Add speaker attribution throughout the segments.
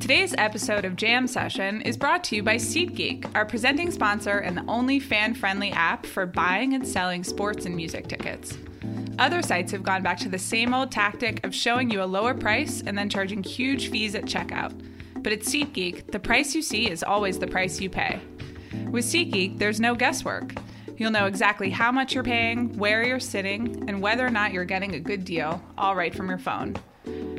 Speaker 1: Today's episode of Jam Session is brought to you by SeatGeek, our presenting sponsor and the only fan friendly app for buying and selling sports and music tickets. Other sites have gone back to the same old tactic of showing you a lower price and then charging huge fees at checkout. But at SeatGeek, the price you see is always the price you pay. With SeatGeek, there's no guesswork. You'll know exactly how much you're paying, where you're sitting, and whether or not you're getting a good deal, all right from your phone.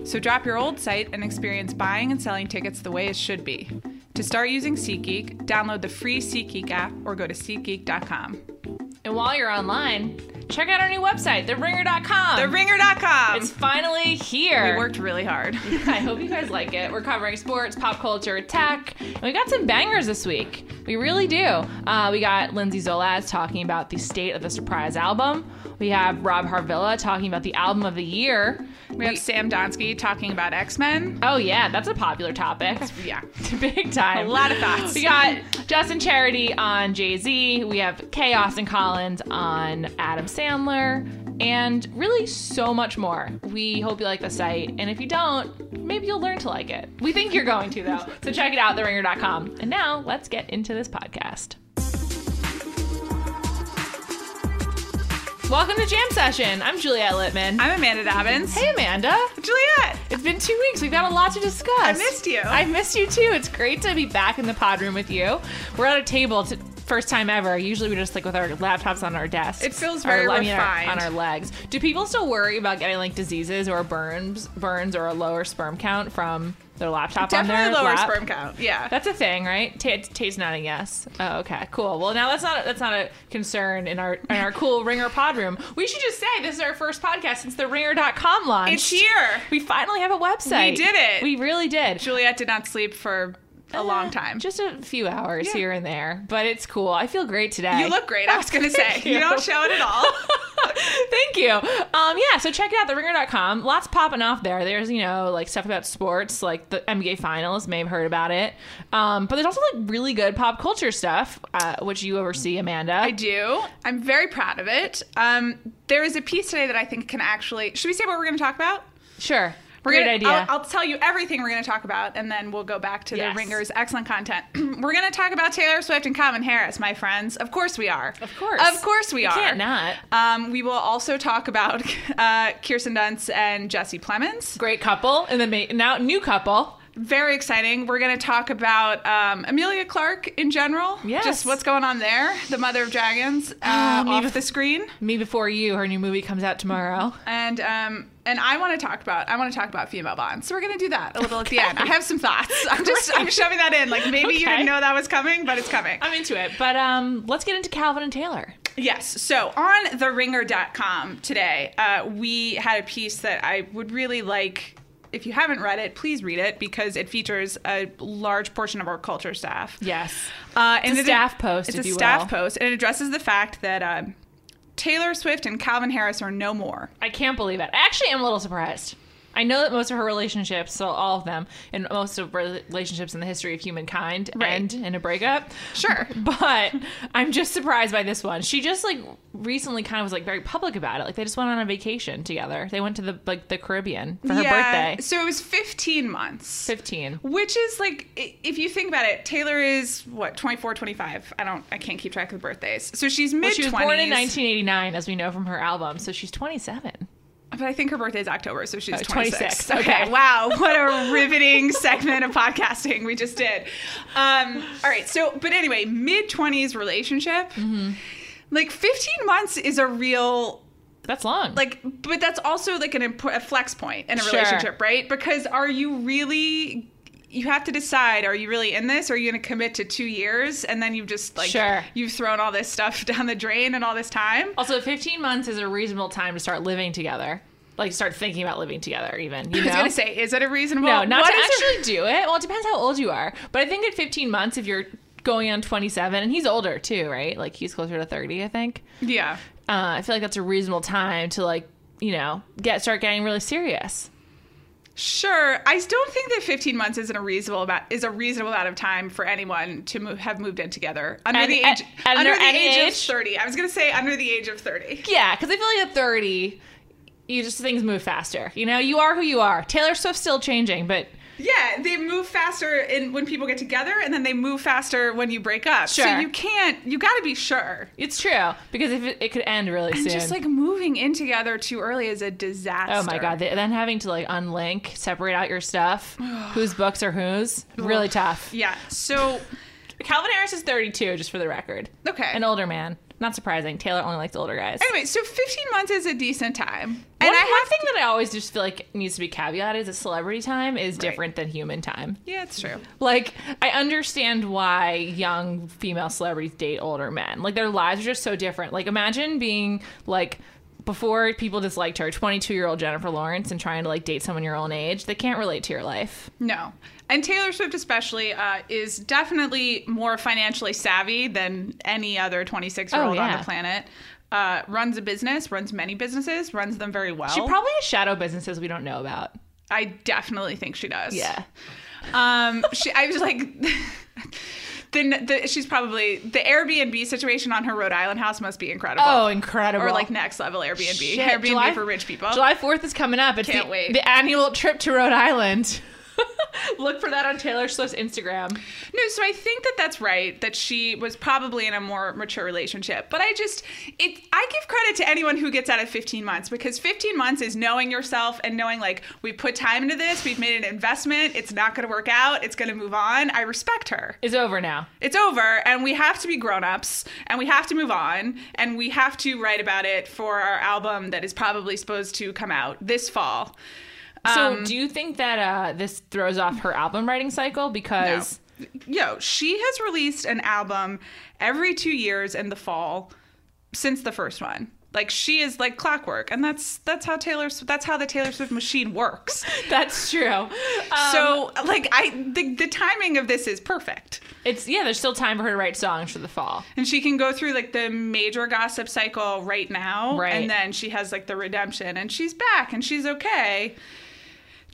Speaker 1: So drop your old site and experience buying and selling tickets the way it should be. To start using SeatGeek, download the free SeatGeek app or go to SeatGeek.com.
Speaker 2: And while you're online, check out our new website, theringer.com.
Speaker 1: TheRinger.com!
Speaker 2: It's finally here.
Speaker 1: we worked really hard.
Speaker 2: I hope you guys like it. We're covering sports, pop culture, tech, and we got some bangers this week. We really do. Uh, we got Lindsay Zolaz talking about the state of the surprise album. We have Rob Harvilla talking about the album of the year.
Speaker 1: We have Sam Donsky talking about X Men.
Speaker 2: Oh yeah, that's a popular topic.
Speaker 1: Yeah.
Speaker 2: Big time.
Speaker 1: A lot of thoughts.
Speaker 2: We got Justin Charity on Jay Z. We have Kay Austin Collins on Adam Sandler, and really so much more. We hope you like the site, and if you don't, maybe you'll learn to like it. We think you're going to though, so check it out, theringer.com. And now let's get into this podcast. Welcome to Jam Session. I'm Juliette Littman.
Speaker 1: I'm Amanda Dobbins.
Speaker 2: hey Amanda.
Speaker 1: Juliet!
Speaker 2: It's been two weeks. We've got a lot to discuss.
Speaker 1: I missed you.
Speaker 2: I missed you too. It's great to be back in the pod room with you. We're at a table, t- first time ever. Usually we're just like with our laptops on our desks.
Speaker 1: It feels very
Speaker 2: I mean,
Speaker 1: refined.
Speaker 2: on our legs. Do people still worry about getting like diseases or burns, burns or a lower sperm count from their laptop on
Speaker 1: Definitely
Speaker 2: their
Speaker 1: lower
Speaker 2: lap?
Speaker 1: sperm count. Yeah.
Speaker 2: That's a thing, right? T- Tay's nodding yes. Oh, okay, cool. Well, now that's not that's not a concern in our in our cool Ringer pod room. We should just say this is our first podcast since the Ringer.com launch.
Speaker 1: it's here.
Speaker 2: We finally have a website.
Speaker 1: We did it.
Speaker 2: We really did.
Speaker 1: Juliet did not sleep for a long time.
Speaker 2: Ah, Just a few hours
Speaker 1: Yeah.
Speaker 2: here and there, but it's cool. I feel great today.
Speaker 1: you look great, I was going to say.
Speaker 2: Thank
Speaker 1: You.
Speaker 2: you.
Speaker 1: don't show it at all.
Speaker 2: Thank you. Um, yeah, so check it out, theringer.com. Lots popping off there. There's, you know, like stuff about sports, like the NBA Finals, may have heard about it. Um, but there's also like really good pop culture stuff, uh, which you oversee, Amanda.
Speaker 1: I do. I'm very proud of it. Um, there is a piece today that I think can actually. Should we say what we're going to talk about?
Speaker 2: sure.
Speaker 1: We're
Speaker 2: Great
Speaker 1: gonna,
Speaker 2: idea.
Speaker 1: I'll, I'll tell you everything we're going to talk about, and then we'll go back to
Speaker 2: Yes.
Speaker 1: the Ringers' excellent content. we're going to talk about Taylor Swift and Common Harris, my friends. Of course we are.
Speaker 2: Of course.
Speaker 1: Of course we are.
Speaker 2: can't not.
Speaker 1: Um, we will also talk about uh, Kirsten Dunst and Jesse Plemons.
Speaker 2: Great couple, and then ma- now new couple.
Speaker 1: Very exciting. We're going to talk about um, Amelia Clark in general.
Speaker 2: Yes.
Speaker 1: Just what's going on there, the mother of dragons, uh,
Speaker 2: Ah, me
Speaker 1: off
Speaker 2: with-
Speaker 1: the screen.
Speaker 2: Me Before You, her new movie comes out tomorrow.
Speaker 1: and um and I want to talk about I want to talk about female bonds. So we're gonna do that a little at the end. I have some thoughts. I'm just I'm shoving that in. Like maybe you
Speaker 2: Okay.
Speaker 1: didn't know that was coming, but it's coming.
Speaker 2: I'm into it. But um, let's get into Calvin and Taylor.
Speaker 1: Yes. So on theringer.com today, uh, we had a piece that I would really like. If you haven't read it, please read it because it features a large portion of our culture staff.
Speaker 2: Yes.
Speaker 1: Uh, and
Speaker 2: It's a staff post,
Speaker 1: It's
Speaker 2: if
Speaker 1: a
Speaker 2: you
Speaker 1: staff
Speaker 2: will.
Speaker 1: post, and it addresses the fact that um Taylor Swift and Calvin Harris are no more.
Speaker 2: I can't believe it. I actually am a little surprised. I know that most of her relationships, so all of them, and most of rela- relationships in the history of humankind
Speaker 1: Right.
Speaker 2: end in a breakup.
Speaker 1: Sure.
Speaker 2: But I'm just surprised by this one. She just like recently kind of was like very public about it. Like they just went on a vacation together. They went to the like the Caribbean for her birthday.
Speaker 1: So it was 15 months.
Speaker 2: 15.
Speaker 1: Which is like, i- if you think about it, Taylor is what, 24, 25? I don't, I can't keep track of the birthdays. So she's mid 20s.
Speaker 2: She was born in 1989 as we know from her album, so she's 27.
Speaker 1: But I think her birthday is October, so she's
Speaker 2: Oh,
Speaker 1: 26.
Speaker 2: 26, okay.
Speaker 1: wow. What a riveting segment of podcasting we just did. Um, all right. So, but anyway, mid 20s relationship.
Speaker 2: Mm-hmm.
Speaker 1: Like 15 months is a real
Speaker 2: That's long.
Speaker 1: like but that's also like an imp- a flex point in a
Speaker 2: Sure.
Speaker 1: relationship right because are you really you have to decide are you really in this are you going to commit to two years and then you've just like
Speaker 2: Sure. Oh,
Speaker 1: you've thrown all this stuff down the drain and all this time
Speaker 2: Also, 15 months is a reasonable time to start living together. Like, start thinking about living together, even. You
Speaker 1: i was
Speaker 2: know?
Speaker 1: going to say is it a reasonable
Speaker 2: no, not
Speaker 1: what
Speaker 2: to
Speaker 1: is a-
Speaker 2: actually do it. Well, it depends how old you are. But I think at 15 months, if you're going on 27, and he's older too, right? Like, he's closer to 30, I think.
Speaker 1: yeah
Speaker 2: Uh, I feel like that's a reasonable time to, like, you know, get start getting really serious.
Speaker 1: sure i still think that 15 months isn't a reasonable amount is a reasonable amount of time for anyone to move, have moved in together under
Speaker 2: Any-
Speaker 1: the age
Speaker 2: a- under
Speaker 1: the
Speaker 2: any
Speaker 1: age of
Speaker 2: age?
Speaker 1: 30 i was going to say under the age of 30
Speaker 2: Yeah, because I feel like at 30, you just things move faster. You know, you are who you are. Taylor Swift's still changing, but
Speaker 1: Yeah, they move faster in when people get together, and then they move faster when you break up. So
Speaker 2: Sure.
Speaker 1: you can't. You got to be sure.
Speaker 2: It's true because if it, it could end really
Speaker 1: And
Speaker 2: soon.
Speaker 1: just like moving in together too early is a disaster.
Speaker 2: oh my god, th- then having to like unlink, separate out your stuff, whose books are whose, really tough.
Speaker 1: Yeah. So
Speaker 2: Calvin Harris is 32, just for the record.
Speaker 1: okay.
Speaker 2: An older man. Not surprising. Taylor only likes older guys.
Speaker 1: anyway, so 15 months is a decent time,
Speaker 2: One,
Speaker 1: and I
Speaker 2: one
Speaker 1: have.
Speaker 2: thing that I always just feel like needs to be caveated is that celebrity time is different than human time.
Speaker 1: Yeah, it's true.
Speaker 2: Like, I understand why young female celebrities date older men. Like, their lives are just so different. Like, imagine being like, before people disliked her, 22 year old Jennifer Lawrence and trying to like date someone your own age, they can't relate to your life.
Speaker 1: No. And Taylor Swift, especially, uh, is definitely more financially savvy than any other 26 year old
Speaker 2: Oh,
Speaker 1: on
Speaker 2: yeah.
Speaker 1: the planet. Uh, runs a business, runs many businesses, runs them very well.
Speaker 2: She probably has shadow businesses we don't know about.
Speaker 1: I definitely think she does.
Speaker 2: Yeah.
Speaker 1: Um, she, I was like, then the, she's probably the Airbnb situation on her Rhode Island house must be incredible.
Speaker 2: Oh, incredible.
Speaker 1: or like next level Airbnb,
Speaker 2: Shit,
Speaker 1: Airbnb
Speaker 2: July-
Speaker 1: for rich people.
Speaker 2: July 4th is coming up. It's
Speaker 1: Can't
Speaker 2: the,
Speaker 1: wait.
Speaker 2: the annual trip to Rhode Island. Look for that on Taylor Swift's Instagram.
Speaker 1: No, so I think that that's right. That she was probably in a more mature relationship. But I just, it, I give credit to anyone who gets out of 15 months because 15 months is knowing yourself and knowing like we put time into this, we've made an investment. It's not going to work out. It's going to move on. I respect her.
Speaker 2: It's over now.
Speaker 1: It's over, and we have to be grown-ups, and we have to move on, and we have to write about it for our album that is probably supposed to come out this fall.
Speaker 2: So, do you think that uh, this throws off her album writing cycle? Because
Speaker 1: Yo, she has released an album every two years in the fall since the first one. Like she is like clockwork, and that's that's how Taylor Sw- that's how the Taylor Swift machine works.
Speaker 2: that's true. Um,
Speaker 1: so like I the, the timing of this is perfect,
Speaker 2: it's yeah, there's still time for her to write songs for the fall.
Speaker 1: and she can go through like the major gossip cycle right now,
Speaker 2: Right.
Speaker 1: and then she has like the redemption, and she's back, and she's okay,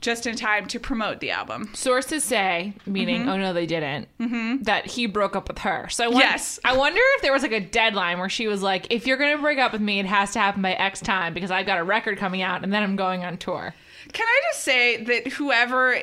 Speaker 1: just in time to promote the album.
Speaker 2: Sources say, meaning,
Speaker 1: Mm-hmm.
Speaker 2: oh no, they didn't, that he broke up with her. So I won-
Speaker 1: Yes.
Speaker 2: I wonder if there was like a deadline where she was like, if you're gonna break up with me, it has to happen by X time because I've got a record coming out and then I'm going on tour.
Speaker 1: Can I just say that whoever,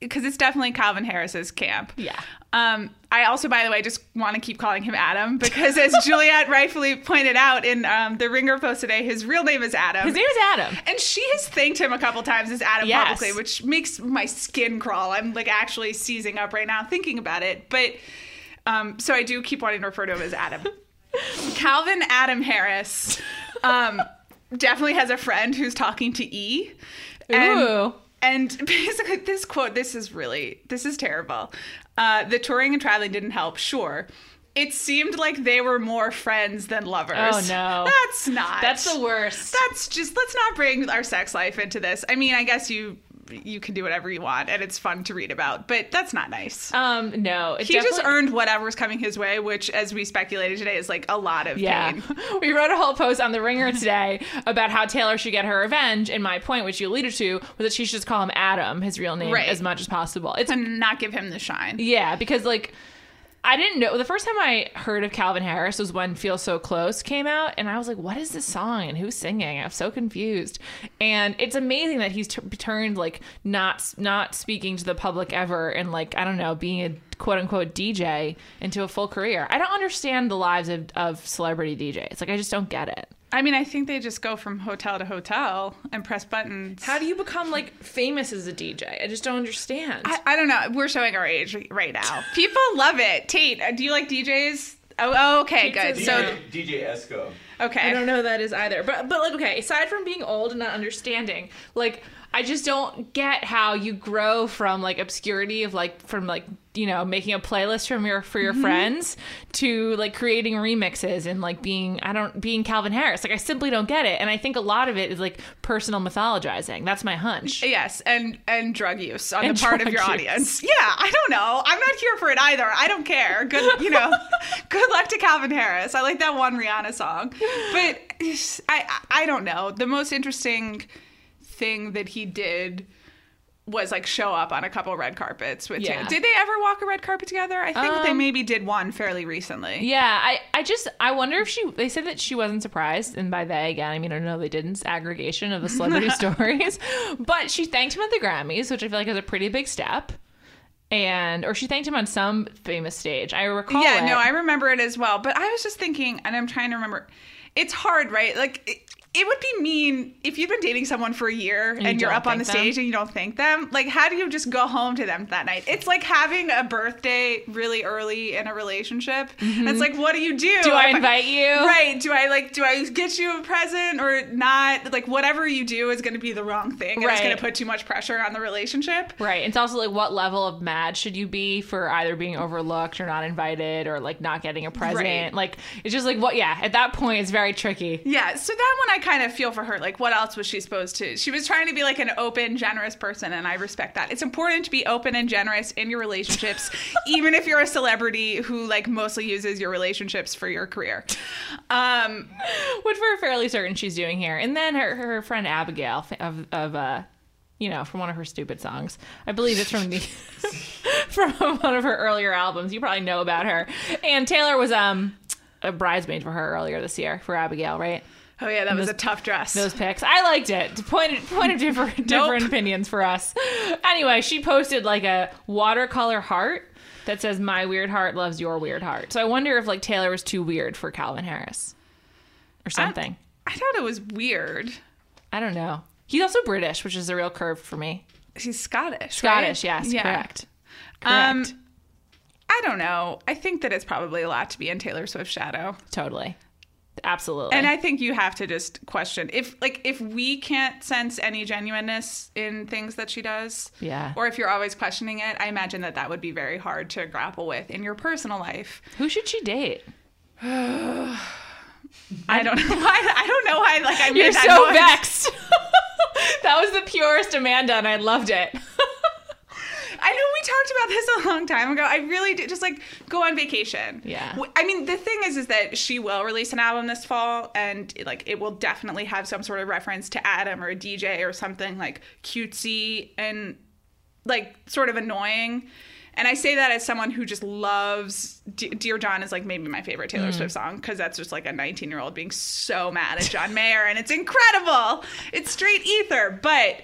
Speaker 1: because it's definitely Calvin Harris's camp.
Speaker 2: Yeah.
Speaker 1: Um, I also, by the way, just want to keep calling him Adam because, as Juliet rightfully pointed out in um, the Ringer post today, his real name is Adam.
Speaker 2: His name is Adam.
Speaker 1: and she has thanked him a couple times as Adam
Speaker 2: Yes.
Speaker 1: publicly, which makes my skin crawl. I'm like actually seizing up right now thinking about it. But um, so I do keep wanting to refer to him as Adam. Calvin Adam Harris um, definitely has a friend who's talking to E. And,
Speaker 2: Ooh.
Speaker 1: and basically, this quote this is really, this is terrible. Uh, the touring and traveling didn't help, sure. It seemed like they were more friends than lovers.
Speaker 2: Oh, no.
Speaker 1: That's not.
Speaker 2: That's the worst.
Speaker 1: That's just let's not bring our sex life into this. I mean, I guess you you can do whatever you want and it's fun to read about, but that's not nice.
Speaker 2: Um, no, it
Speaker 1: he just
Speaker 2: definitely-
Speaker 1: earned whatever's coming his way, which as we speculated today is like a lot of
Speaker 2: Yeah.
Speaker 1: pain.
Speaker 2: We wrote a whole post on The Ringer today about how Taylor should get her revenge. And my point, which you alluded to, was that she should just call him Adam, his real name,
Speaker 1: Right.
Speaker 2: as much as possible. It's
Speaker 1: And not give him the shine.
Speaker 2: Yeah, because like I didn't know the first time I heard of Calvin Harris was when Feel So Close came out and I was like what is this song and who's singing? I'm so confused. And it's amazing that he's t- turned like not not speaking to the public ever and like I don't know, being a quote unquote DJ into a full career. I don't understand the lives of of celebrity DJs. Like I just don't get it.
Speaker 1: I mean, I think they just go from hotel to hotel and press buttons.
Speaker 2: do you become like famous as a DJ? I just don't understand.
Speaker 1: I, I don't know. We're showing our age right now. People love it. Tate, uh, do you like DJs? Oh, oh, okay, good.
Speaker 2: Pizza's
Speaker 1: So,
Speaker 2: good.
Speaker 3: DJ Esco.
Speaker 1: okay.
Speaker 2: I don't know who that is either. But but like okay, aside from being old and not understanding, like I just don't get how you grow from like obscurity of like from like you know making a playlist from your for your friends to like creating remixes and like being I don't being Calvin Harris. Like I simply don't get it, and I think a lot of it is like personal mythologizing. That's my hunch.
Speaker 1: Yes, and and drug use on
Speaker 2: And
Speaker 1: the part of
Speaker 2: drug
Speaker 1: your
Speaker 2: use.
Speaker 1: audience. Yeah, I don't know. I'm not here for it either. I don't care. Good, you know. good luck to Calvin Harris. I like that one Rihanna song, but I I I don't know. The most interesting thing that he did was like show up on a couple red carpets with
Speaker 2: Yeah.
Speaker 1: Taylor. Did they ever walk a red carpet together? I think they
Speaker 2: Um,
Speaker 1: maybe did one fairly recently.
Speaker 2: Yeah, I, I just I wonder if she they said that she wasn't surprised, and by they again I mean I don't know they didn't it's aggregation of the celebrity stories, but she thanked him at the Grammys, which I feel like is a pretty big step, and or she thanked him on some famous stage. I recall.
Speaker 1: yeah,
Speaker 2: it.
Speaker 1: no, I remember it as well. But I was just thinking, and I'm trying to remember. It's hard, right? Like. It, it would be mean if you've been dating someone for a year and,
Speaker 2: you
Speaker 1: you're
Speaker 2: don't
Speaker 1: up on the
Speaker 2: thank them.
Speaker 1: stage and you don't thank them. Like, how do you just go home to them that night? It's like having a birthday really early in a relationship. It's like, what do you do?
Speaker 2: Mm-hmm. do I invite you?
Speaker 1: Right. Do I like do I get you a present or not? Like whatever you do is gonna be the wrong thing. And it's
Speaker 2: Right.
Speaker 1: gonna put too much pressure on the relationship.
Speaker 2: Right. It's also like what level of mad should you be for either being overlooked or not invited or like not getting a present?
Speaker 1: Right.
Speaker 2: Like it's just like what yeah, at that point it's very tricky.
Speaker 1: Yeah, so that one I kind of feel for her. Like, what else was she supposed to? She was trying to be like an open, generous person, and I respect that. It's important to be open and generous in your relationships, even if you're a celebrity who like mostly uses your relationships for your career. Um,
Speaker 2: Which we're fairly certain she's doing here. And then her her friend Abigail of of uh you know, from one of her stupid songs. I believe it's from the from one of her earlier albums. You probably know about her. And Taylor was um a bridesmaid for her earlier this year for Abigail, right?
Speaker 1: oh yeah, that was a tough dress.
Speaker 2: those picks. I liked it. Point point of different different opinions for us. Anyway, she posted like a watercolor heart that says "My weird heart loves your weird heart." So I wonder if like Taylor was too weird for Calvin Harris or something.
Speaker 1: I thought it was weird.
Speaker 2: I, don't know. He's also British, which is a real curve for me.
Speaker 1: She's Scottish.
Speaker 2: Scottish,
Speaker 1: right?
Speaker 2: yes,
Speaker 1: Yeah.
Speaker 2: correct. Correct.
Speaker 1: Um, I don't know. I think that it's probably a lot to be in Taylor Swift's shadow.
Speaker 2: totally. Absolutely.
Speaker 1: And I think you have to just question if like if we can't sense any genuineness in things that she does.
Speaker 2: Yeah.
Speaker 1: Or if you're always questioning it, I imagine that that would be very hard to grapple with in your personal life.
Speaker 2: Who should she date?
Speaker 1: I don't know why I don't know why like I made
Speaker 2: You're
Speaker 1: that
Speaker 2: so
Speaker 1: noise.
Speaker 2: vexed. that was the purest Amanda, and I loved it.
Speaker 1: I know we talked about this a long time ago. I really did just like go on vacation.
Speaker 2: Yeah.
Speaker 1: W- I mean, the thing is, is that she will release an album this fall, and like it will definitely have some sort of reference to Adam or a DJ or something like cutesy and like sort of annoying. And I say that as someone who just loves De- Dear John is like maybe my favorite Taylor
Speaker 2: Mm-hmm.
Speaker 1: Swift song because that's just like a 19 year old being so mad at John Mayer and it's incredible. It's straight ether, but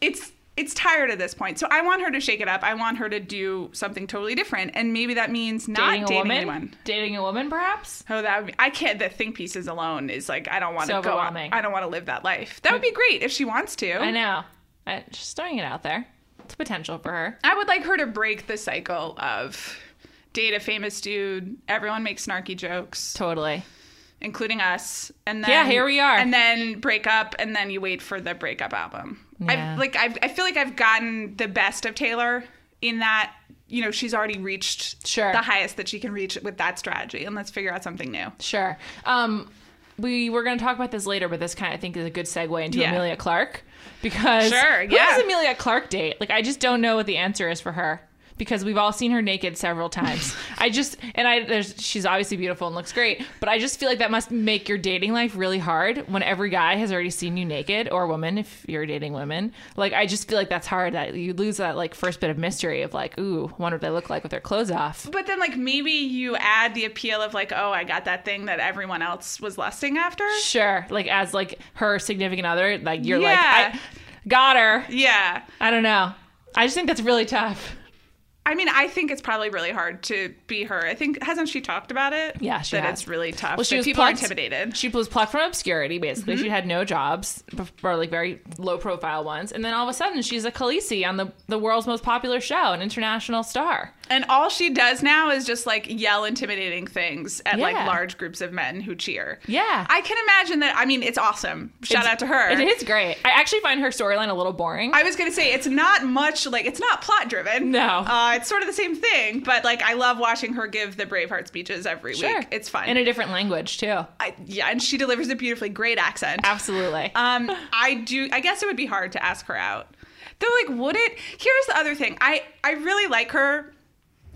Speaker 1: it's it's tired at this point. So I want her to shake it up. I want her to do something totally different, and maybe that means not dating,
Speaker 2: woman?
Speaker 1: anyone.
Speaker 2: Dating a woman, perhaps?
Speaker 1: Oh, that would be, I can't. The think pieces alone is like I don't want to
Speaker 2: So
Speaker 1: go. On,
Speaker 2: overwhelming.
Speaker 1: I don't want to live that life. That would be great if she wants to.
Speaker 2: I know. I, just throwing it out there. It's potential for her.
Speaker 1: I would like her to break the cycle of date a famous dude. Everyone makes snarky jokes,
Speaker 2: Totally.
Speaker 1: including us. And then
Speaker 2: Yeah, here we are.
Speaker 1: And then break up, and then you wait for the breakup album.
Speaker 2: Yeah.
Speaker 1: I've like I've, I feel like I've gotten the best of Taylor in that you know she's already reached
Speaker 2: Sure.
Speaker 1: the highest that she can reach with that strategy, and let's figure out something new.
Speaker 2: Sure. Um, we were going to talk about this later, but this kind of I think is a good segue into
Speaker 1: Yeah.
Speaker 2: Amelia Clark because
Speaker 1: Sure,
Speaker 2: who
Speaker 1: yeah.
Speaker 2: does Amelia Clark date? Like, I just don't know what the answer is for her because we've all seen her naked several times. I just and I there's she's obviously beautiful and looks great, but I just feel like that must make your dating life really hard when every guy has already seen you naked or woman if you're dating women. Like, I just feel like that's hard that you lose that like first bit of mystery of like, ooh, wonder what they look like with their clothes off.
Speaker 1: But then, like, maybe you add the appeal of, like, oh, I got that thing that everyone else was lusting after.
Speaker 2: Sure. Like as like her significant other, like you're
Speaker 1: Yeah.
Speaker 2: like I got her.
Speaker 1: Yeah.
Speaker 2: I don't know. I just think that's really tough.
Speaker 1: I mean, I think it's probably really hard to be her. I think, hasn't she talked about it?
Speaker 2: Yeah, she
Speaker 1: That
Speaker 2: has.
Speaker 1: it's really tough.
Speaker 2: Well, she
Speaker 1: that
Speaker 2: was
Speaker 1: people are
Speaker 2: plucked-
Speaker 1: intimidated. Mm-hmm.
Speaker 2: She was plucked from obscurity basically. She had no jobs bef- or like very low profile ones. And then all of a sudden she's a Khaleesi on the the world's most popular show, an international star.
Speaker 1: And all she does now is just, like, yell intimidating things at, like,
Speaker 2: Yeah.
Speaker 1: large groups of men who cheer.
Speaker 2: Yeah.
Speaker 1: I can imagine that. I mean, it's awesome. Shout
Speaker 2: It's-
Speaker 1: out to her.
Speaker 2: It is great. I actually find her storyline a little boring.
Speaker 1: I was gonna say it's not much like it's not plot driven.
Speaker 2: No.
Speaker 1: uh, it's sort of the same thing. But like, I love watching her give the Braveheart speeches every week. It's fun.
Speaker 2: In a different language too.
Speaker 1: I, yeah, and she delivers a beautifully great accent.
Speaker 2: Absolutely.
Speaker 1: Um, I do. I guess it would be hard to ask her out. Though, like, would it? Here's the other thing. I I really like her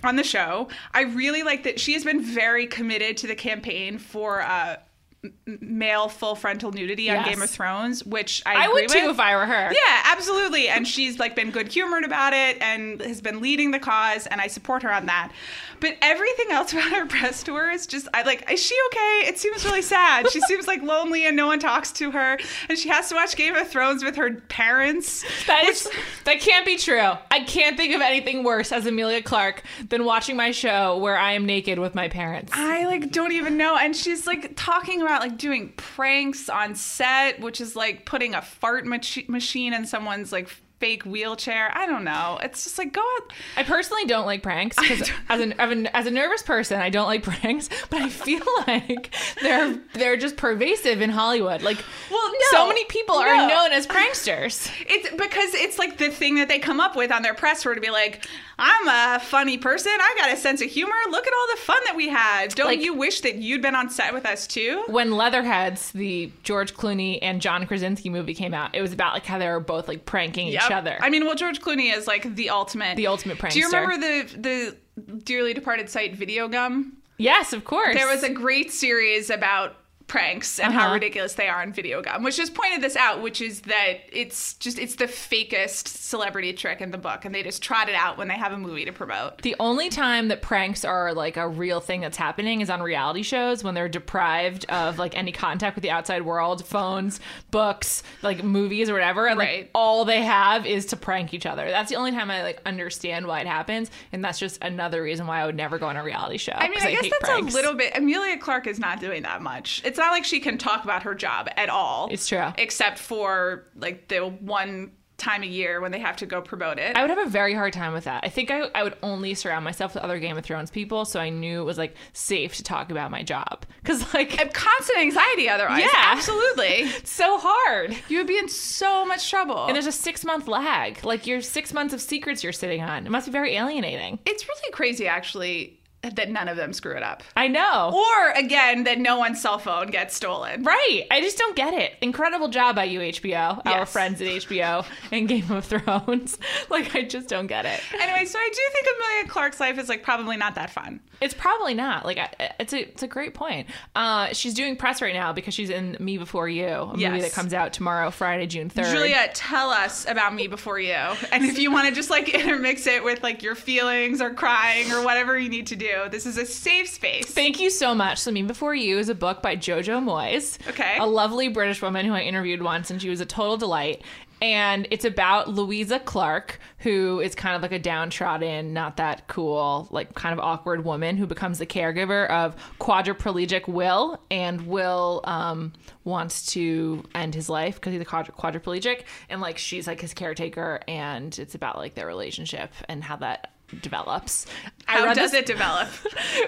Speaker 1: on the show. I really like that she has been very committed to the campaign for uh, m- male full frontal nudity on
Speaker 2: Yes.
Speaker 1: Game of Thrones, which I,
Speaker 2: I
Speaker 1: agree
Speaker 2: would too
Speaker 1: with.
Speaker 2: if I were her.
Speaker 1: yeah, absolutely. And she's like been good humored about it and has been leading the cause, and I support her on that. But everything else about her press tour is just, I like, is she okay? It seems really sad. She seems like lonely and no one talks to her, and she has to watch Game of Thrones with her parents.
Speaker 2: That is that can't be true. I can't think of anything worse as Amelia Clark than watching my show where I am naked with my parents.
Speaker 1: I like don't even know. And she's like talking about like doing pranks on set, which is like putting a fart machi- machine in someone's like fake wheelchair. I don't know. It's just like go out.
Speaker 2: I personally don't like pranks because as an, as an as a nervous person, I don't like pranks. But I feel like they're they're just pervasive in Hollywood. Like,
Speaker 1: Well, no.
Speaker 2: so many people
Speaker 1: No.
Speaker 2: are known as pranksters.
Speaker 1: It's because it's like the thing that they come up with on their press tour to be like, I'm a funny person. I got a sense of humor. Look at all the fun that we had. Don't
Speaker 2: Like-
Speaker 1: you wish that you'd been on set with us too?
Speaker 2: when Leatherheads, the George Clooney and John Krasinski movie came out, it was about like how they were both like pranking each
Speaker 1: Yep.
Speaker 2: other.
Speaker 1: I mean, well, George Clooney is like the ultimate,
Speaker 2: The ultimate prankster.
Speaker 1: Do you remember the the dearly departed site Video Gum?
Speaker 2: yes, of course.
Speaker 1: There was a great series about pranks and how
Speaker 2: Uh-huh.
Speaker 1: ridiculous they are on video game, which just pointed this out, which is that it's just it's the fakest celebrity trick in the book, and they just trot it out when they have a movie to promote.
Speaker 2: the only time that pranks are like a real thing that's happening is on reality shows when they're deprived of like any contact with the outside world, phones, books, like movies or whatever, and
Speaker 1: Right.
Speaker 2: like all they have is to prank each other. That's the only time I like understand why it happens, and that's just another reason why I would never go on a reality show.
Speaker 1: I mean,
Speaker 2: 'cause
Speaker 1: I, guess
Speaker 2: hate
Speaker 1: that's
Speaker 2: pranks.
Speaker 1: a little bit. Amelia Clark is not doing that much. It's not like she can talk about her job at all.
Speaker 2: It's true.
Speaker 1: except for like the one time a year when they have to go promote it.
Speaker 2: I would have a very hard time with that. I think I, I would only surround myself with other Game of Thrones people, so I knew it was like safe to talk about my job. Because like
Speaker 1: I have constant anxiety otherwise.
Speaker 2: Yeah.
Speaker 1: absolutely.
Speaker 2: it's so hard, and
Speaker 1: You would be in so much trouble.
Speaker 2: there's a six month lag. Like you're six months of secrets you're sitting on. It must be very alienating.
Speaker 1: It's really crazy, actually, that none of them screw it up.
Speaker 2: I know.
Speaker 1: Or again, that no one's cell phone gets stolen.
Speaker 2: Right. I just don't get it. Incredible job by you, HBO, our
Speaker 1: Yes.
Speaker 2: friends at HBO and Game of Thrones. like, I just don't get it.
Speaker 1: Anyway, so I do think Amelia Clark's life is like probably not that fun.
Speaker 2: It's probably not. Like, I- it's a it's a great point. Uh, she's doing press right now because she's in Me Before You, a movie
Speaker 1: Yes.
Speaker 2: that comes out tomorrow, Friday, June third.
Speaker 1: Juliet, tell us about me before you. And if you want to just like intermix it with like your feelings or crying or whatever you need to do, this is a safe space.
Speaker 2: Thank you so much. So, Me Before You is a book by Jojo Moyes.
Speaker 1: Okay.
Speaker 2: A lovely British woman who I interviewed once, and she was a total delight. And it's about Louisa Clark, who is kind of like a downtrodden, not that cool, like kind of awkward woman who becomes the caregiver of quadriplegic Will. And Will um, wants to end his life because he's a quadri- quadriplegic. And like she's like his caretaker. And it's about like their relationship and how that develops. I
Speaker 1: How
Speaker 2: read
Speaker 1: does
Speaker 2: this-
Speaker 1: it develop?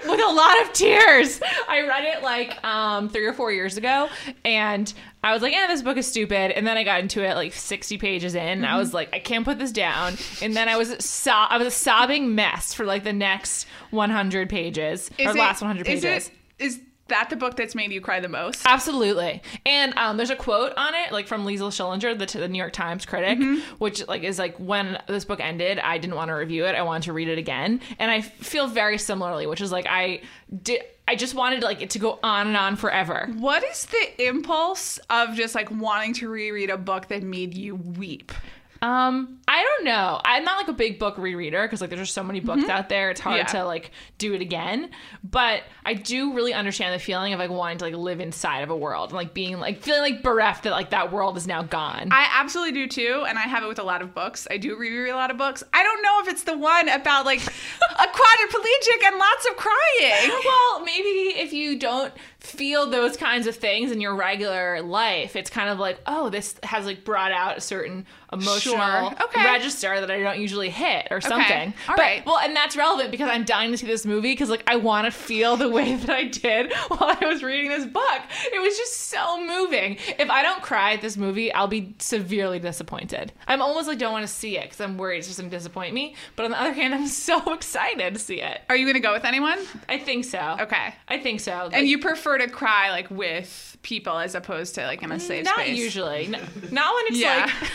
Speaker 2: with a lot of tears. I read it like um, three or four years ago, and I was like, "Yeah, this book is stupid." And then I got into it like sixty pages in. and I
Speaker 1: Mm-hmm.
Speaker 2: was like, "I can't put this down." And then I was so- I was a sobbing mess for like the next one hundred pages or last one hundred pages.
Speaker 1: Is, it, is that the book that's made you cry the most?
Speaker 2: Absolutely. And um, there's a quote on it, like from Liesl Schillinger, the, the New York Times critic, which like is like when this book ended, I didn't want to review it. I wanted to read it again, and I feel very similarly, which is like I did. I just wanted like it to go on and on forever.
Speaker 1: What is the impulse of just like wanting to reread a book that made you weep?
Speaker 2: Um, I don't know. I'm not like a big book rereader because like there's just so many books out there. It's hard
Speaker 1: Yeah.
Speaker 2: to like do it again. But I do really understand the feeling of like wanting to like live inside of a world and like being like feeling like bereft that like that world is now gone.
Speaker 1: I absolutely do too, and I have it with a lot of books. I do reread a lot of books. I don't know if it's the one about like a quadriplegic and lots of crying.
Speaker 2: well, maybe if you don't feel those kinds of things in your regular life, it's kind of like, oh, this has like brought out a certain emotional
Speaker 1: Sure. Okay.
Speaker 2: register that I don't usually hit or something.
Speaker 1: All
Speaker 2: All right.
Speaker 1: right.
Speaker 2: Well, and that's relevant because I'm dying to see this movie because like I want to feel the way that I did while I was reading this book. It was just so moving. If I don't cry at this movie, I'll be severely disappointed. I'm almost like don't want to see it because I'm worried it's just going to disappoint me. But on the other hand, I'm so excited to see it.
Speaker 1: Are you gonna go with anyone?
Speaker 2: I think so.
Speaker 1: Okay.
Speaker 2: I think so.
Speaker 1: And you prefer prefer to cry like with people as opposed to like in a safe
Speaker 2: Not
Speaker 1: space.
Speaker 2: usually. N- not when it's
Speaker 1: Yeah.
Speaker 2: like.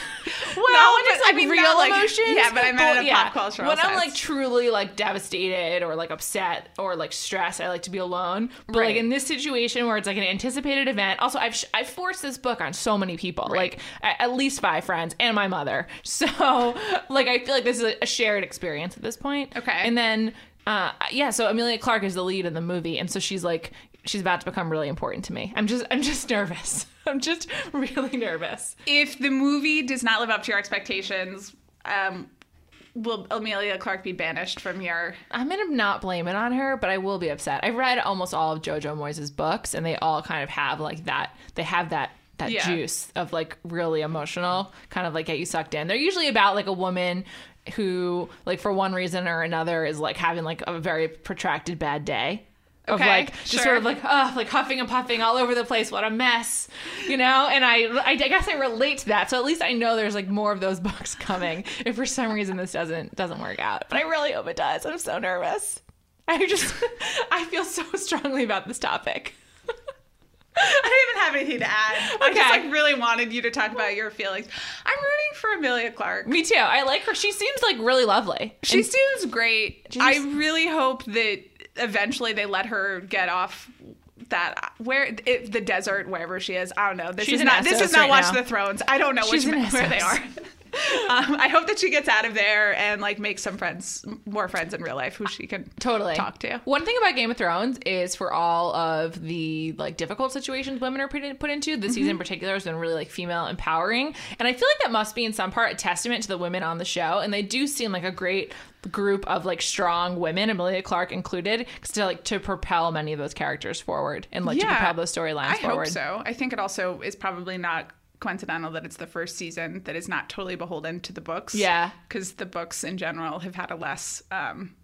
Speaker 2: Well,
Speaker 1: No,
Speaker 2: when
Speaker 1: but
Speaker 2: it's like
Speaker 1: I mean,
Speaker 2: real
Speaker 1: not like-
Speaker 2: emotions.
Speaker 1: yeah, but I meant in a
Speaker 2: yeah,
Speaker 1: pop cultural
Speaker 2: When I'm like
Speaker 1: sense.
Speaker 2: truly like devastated or like upset or like stressed, I like to be alone. But like
Speaker 1: Right.
Speaker 2: in this situation where it's like an anticipated event, also I've sh- I've forced this book on so many people, like a- at least five friends and my mother. So like I feel like this is a shared experience at this point.
Speaker 1: Okay.
Speaker 2: and then. Uh, yeah, so Amelia Clark is the lead in the movie, and so she's like, she's about to become really important to me. I'm just, I'm just nervous. I'm just really nervous.
Speaker 1: If the movie does not live up to your expectations, um, will Amelia Clark be banished from your?
Speaker 2: I'm gonna not blame it on her, but I will be upset. I read almost all of Jojo Moyes' books, and they all kind of have like that. They have that that
Speaker 1: Yeah.
Speaker 2: juice of like really emotional, kind of like get you sucked in. They're usually about like a woman who, like for one reason or another, is like having like a very protracted bad day. Of
Speaker 1: Okay,
Speaker 2: like just sort of
Speaker 1: sure.
Speaker 2: like oh like huffing and puffing all over the place what a mess you know and I, I I guess I relate to that so at least I know there's like more of those books coming if for some reason this doesn't doesn't work out but I really hope it does I'm so nervous I just I feel so strongly about this topic
Speaker 1: I don't even have anything to add. I just
Speaker 2: Okay.
Speaker 1: like really wanted you to talk about your feelings. I'm rooting for Amelia Clark.
Speaker 2: me too I like her she seems like really lovely
Speaker 1: She seems great.
Speaker 2: She
Speaker 1: I
Speaker 2: just-
Speaker 1: really hope that eventually they let her get off that where if the desert wherever she is. I don't know. This
Speaker 2: She's
Speaker 1: is
Speaker 2: in
Speaker 1: not this
Speaker 2: Essos
Speaker 1: is not
Speaker 2: right
Speaker 1: Watch
Speaker 2: now.
Speaker 1: the Thrones. I don't know
Speaker 2: She's
Speaker 1: which,
Speaker 2: in
Speaker 1: where they are.
Speaker 2: Essos.
Speaker 1: um, I hope that she gets out of there and like makes some friends, more friends in real life who she can
Speaker 2: totally
Speaker 1: talk to.
Speaker 2: One thing about Game of Thrones is for all of the like difficult situations women are put, in- put into, this
Speaker 1: Mm-hmm.
Speaker 2: season in particular has been really like female empowering, and I feel like that must be in some part a testament to the women on the show, and they do seem like a great group of like strong women, Amelia Clark included, 'cause to like to propel many of those characters forward and like to
Speaker 1: Yeah.
Speaker 2: propel those storylines
Speaker 1: I
Speaker 2: forward.
Speaker 1: hope so. I think it also is probably not coincidental that it's the first season that is not totally beholden to the books.
Speaker 2: Yeah.
Speaker 1: because the books in general have had a less um,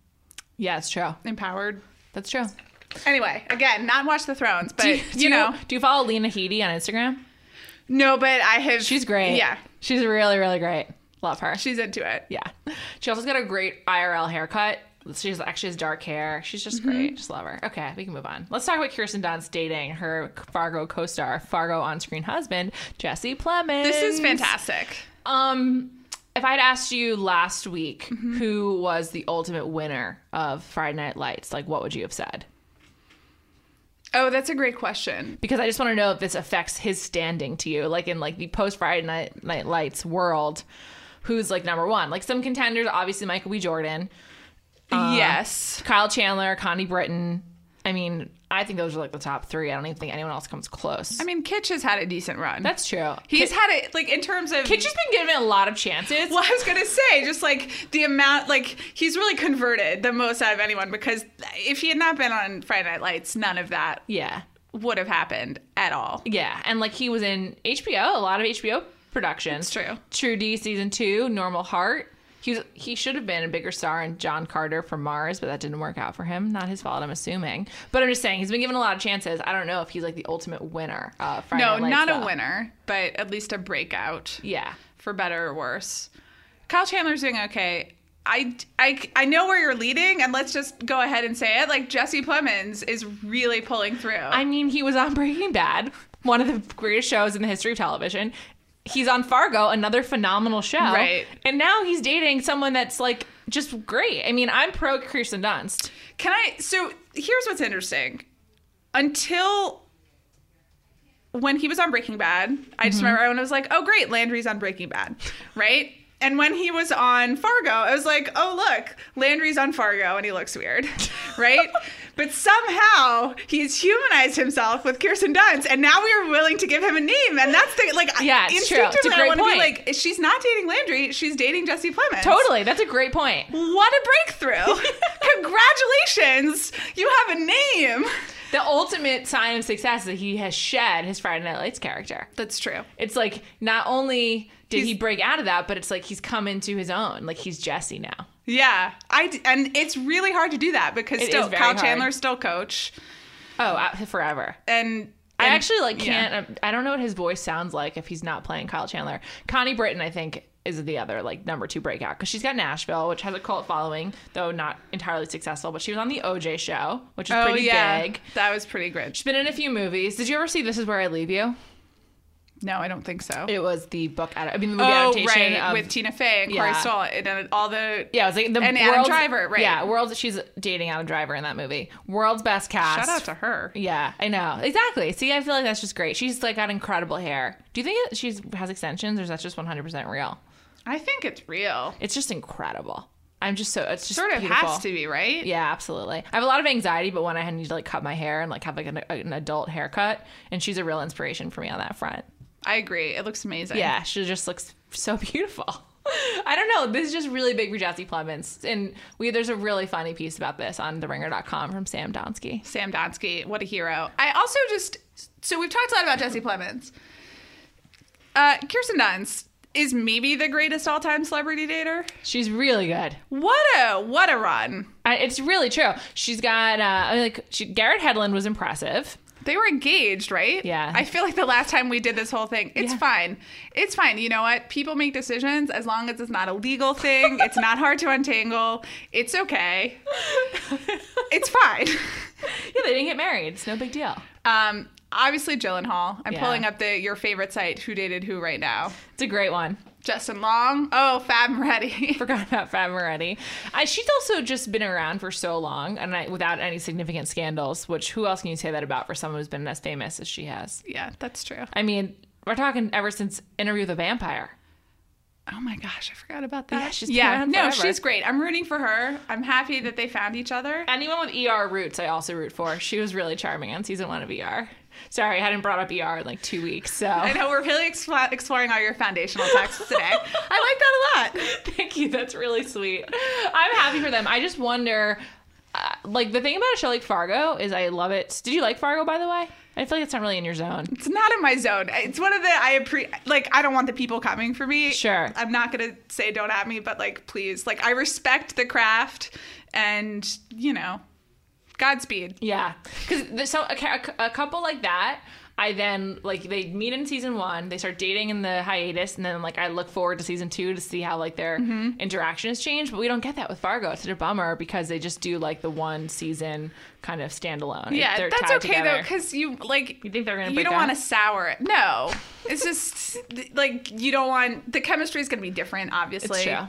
Speaker 2: Yeah, it's true.
Speaker 1: empowered
Speaker 2: That's true.
Speaker 1: Anyway, again, not Watch the Thrones, but
Speaker 2: Do
Speaker 1: you,
Speaker 2: do
Speaker 1: know,
Speaker 2: do you follow Lena Headey on Instagram?
Speaker 1: no, but I have.
Speaker 2: She's great.
Speaker 1: Yeah,
Speaker 2: she's really really great. Love her.
Speaker 1: she's into it.
Speaker 2: Yeah. She also has got a great IRL haircut. She's actually has dark hair. She's just
Speaker 1: Mm-hmm.
Speaker 2: great. Just love her. Okay, we can move on. Let's talk about Kirsten Dunst dating her Fargo co-star, Fargo on-screen husband, Jesse Plemons.
Speaker 1: This is fantastic.
Speaker 2: Um, if I'd asked you last week
Speaker 1: Mm-hmm.
Speaker 2: who was the ultimate winner of Friday Night Lights, like what would you have said?
Speaker 1: Oh, that's a great question.
Speaker 2: Because I just want to know if this affects his standing to you, like in like the post Friday Night, Night Lights world. Who's like number one? Like some contenders, obviously Michael B. Jordan.
Speaker 1: yes.
Speaker 2: Kyle Chandler, Connie Britton. I mean, I think those are like the top three. I don't even think anyone else comes close.
Speaker 1: I mean, Kitch has had a decent run.
Speaker 2: That's true.
Speaker 1: he's had it like in terms of.
Speaker 2: Kitch has been given a lot of chances.
Speaker 1: well, I was gonna say, just like the amount, like he's really converted the most out of anyone because if he had not been on Friday Night Lights, none of that
Speaker 2: Yeah,
Speaker 1: would have happened at all.
Speaker 2: yeah, and like he was in HBO, a lot of HBO productions.
Speaker 1: It's true.
Speaker 2: True D season two, Normal Heart. He was, he should have been a bigger star in John Carter from Mars, but that didn't work out for him. Not his fault, I'm assuming. But I'm just saying he's been given a lot of chances. I don't know if he's like the ultimate winner. Uh, Friday
Speaker 1: No,
Speaker 2: Night Lights,
Speaker 1: not a
Speaker 2: though.
Speaker 1: winner, but at least a breakout.
Speaker 2: Yeah,
Speaker 1: for better or worse. Kyle Chandler's doing okay. I, I, I know where you're leading, and let's just go ahead and say it. Like, Jesse Plemons is really pulling through.
Speaker 2: I mean, he was on Breaking Bad, one of the greatest shows in the history of television. He's on Fargo, another phenomenal show.
Speaker 1: Right.
Speaker 2: And now he's dating someone that's like just great. I mean, I'm pro Kirsten Dunst.
Speaker 1: Can I? So, here's what's interesting. Until when he was on Breaking Bad, I
Speaker 2: Mm-hmm.
Speaker 1: just remember everyone was like, oh, great, Landry's on Breaking Bad, right? And when he was on Fargo, I was like, oh, look, Landry's on Fargo and he looks weird, right? but somehow he's humanized himself with Kirsten Dunst and now we are willing to give him a name. And that's the, like, I-
Speaker 2: Yeah, it's true. It's a
Speaker 1: instinctively, I
Speaker 2: great
Speaker 1: want to be
Speaker 2: point.
Speaker 1: like, she's not dating Landry, she's dating Jesse Plemons.
Speaker 2: Totally. That's a great point.
Speaker 1: What a breakthrough. Congratulations, you have a name.
Speaker 2: The ultimate sign of success is that he has shed his Friday Night Lights character.
Speaker 1: That's true.
Speaker 2: It's like not only did he
Speaker 1: He's-
Speaker 2: break out of that, but it's like he's come into his own. Like he's Jesse now.
Speaker 1: Yeah, I d- and it's really hard to do that because
Speaker 2: It
Speaker 1: still
Speaker 2: is very
Speaker 1: Kyle
Speaker 2: hard.
Speaker 1: Chandler's still coach,
Speaker 2: Oh, uh, forever.
Speaker 1: and,
Speaker 2: I
Speaker 1: and-
Speaker 2: actually like
Speaker 1: yeah.
Speaker 2: can't. I don't know what his voice sounds like if he's not playing Kyle Chandler. Connie Britton, I think, is the other like number two breakout because she's got Nashville, which has a cult following, though not entirely successful. But she was on the OJ show, which is
Speaker 1: Oh
Speaker 2: pretty
Speaker 1: yeah,
Speaker 2: big.
Speaker 1: that was pretty good.
Speaker 2: She's been in a few movies. Did you ever see This Is Where I Leave You?
Speaker 1: No, I don't think so.
Speaker 2: It was the book. Ad- I mean, the movie
Speaker 1: oh
Speaker 2: adaptation
Speaker 1: right,
Speaker 2: of-
Speaker 1: with Tina Fey and Corey
Speaker 2: Yeah.
Speaker 1: Stoll and uh, all the
Speaker 2: Yeah, it was like the
Speaker 1: And Adam
Speaker 2: world's-
Speaker 1: Driver, right.
Speaker 2: Yeah, world's she's dating Adam Driver in that movie. World's best cast.
Speaker 1: shout out to her.
Speaker 2: Yeah, I know exactly. See, I feel like that's just great. She's like got incredible hair. Do you think it, she's has extensions, or is that just one hundred percent real?
Speaker 1: I think it's real.
Speaker 2: It's just incredible. I'm just so it's just
Speaker 1: Sort of
Speaker 2: beautiful.
Speaker 1: has to be right.
Speaker 2: Yeah, absolutely. I have a lot of anxiety, but when I need to like cut my hair and like have like an, an adult haircut, and she's a real inspiration for me on that front.
Speaker 1: I agree. It looks amazing.
Speaker 2: Yeah, she just looks so beautiful. I don't know. This is just really big for Jesse Plemons. And we there's a really funny piece about this on TheRinger.com from Sam Donsky.
Speaker 1: Sam Donsky, what a hero. I also just so we've talked a lot about Jesse Plemons. Uh, Kirsten Dunst is maybe the greatest all-time celebrity dater.
Speaker 2: She's really good.
Speaker 1: What a what a run!
Speaker 2: I- It's really true. She's got uh, I mean, like she, Garrett Hedlund was impressive.
Speaker 1: They were engaged, right?
Speaker 2: Yeah.
Speaker 1: I feel like the last time we did this whole thing, it's
Speaker 2: Yeah.
Speaker 1: fine. It's fine. You know what? People make decisions as long as it's not a legal thing. it's not hard to untangle. It's okay. It's fine.
Speaker 2: Yeah, they didn't get married. It's no big deal.
Speaker 1: Um, obviously, Gyllenhaal. I'm
Speaker 2: Yeah.
Speaker 1: pulling up the your favorite site, Who Dated Who, right now.
Speaker 2: It's a great one.
Speaker 1: Justin Long. Oh, Fab Moretti.
Speaker 2: Forgot about Fab Moretti. Uh, she's also just been around for so long and I, without any significant scandals. Which who else can you say that about for someone who's been as famous as she has?
Speaker 1: yeah, that's true.
Speaker 2: I mean, we're talking ever since Interview with a Vampire.
Speaker 1: Oh my gosh, I forgot about that.
Speaker 2: Yeah, she's been
Speaker 1: yeah.
Speaker 2: around
Speaker 1: No,
Speaker 2: forever.
Speaker 1: she's great. I'm rooting for her. I'm happy that they found each other.
Speaker 2: Anyone with ER roots, I also root for. She was really charming on season one of ER. Sorry, I hadn't brought up ER in like two weeks, so
Speaker 1: I know we're really expl- exploring all your foundational texts today. I like that a lot.
Speaker 2: thank you. That's really sweet. I'm happy for them. I just wonder, uh, like the thing about a show like Fargo is I love it. Did you like Fargo, by the way? I feel like it's not really in your zone.
Speaker 1: It's not in my zone. It's one of the I appre like I don't want the people coming for me.
Speaker 2: Sure.
Speaker 1: I'm not gonna say don't at me, but like please, like I respect the craft, and you know, Godspeed.
Speaker 2: Yeah, because so a, ca- a couple like that, I then like they meet in season one, they start dating in the hiatus, and then like I look forward to season two to see how like their
Speaker 1: Mm-hmm.
Speaker 2: interaction has changed. But we don't get that with Fargo. It's such a bummer because they just do like the one season kind of standalone.
Speaker 1: Yeah,
Speaker 2: They're
Speaker 1: that's
Speaker 2: tied
Speaker 1: okay though,
Speaker 2: together.
Speaker 1: because you like
Speaker 2: you think they're gonna
Speaker 1: you
Speaker 2: break
Speaker 1: don't
Speaker 2: up?
Speaker 1: want to sour it. No, it's just like you don't want the chemistry is gonna be different. Obviously,
Speaker 2: It's true.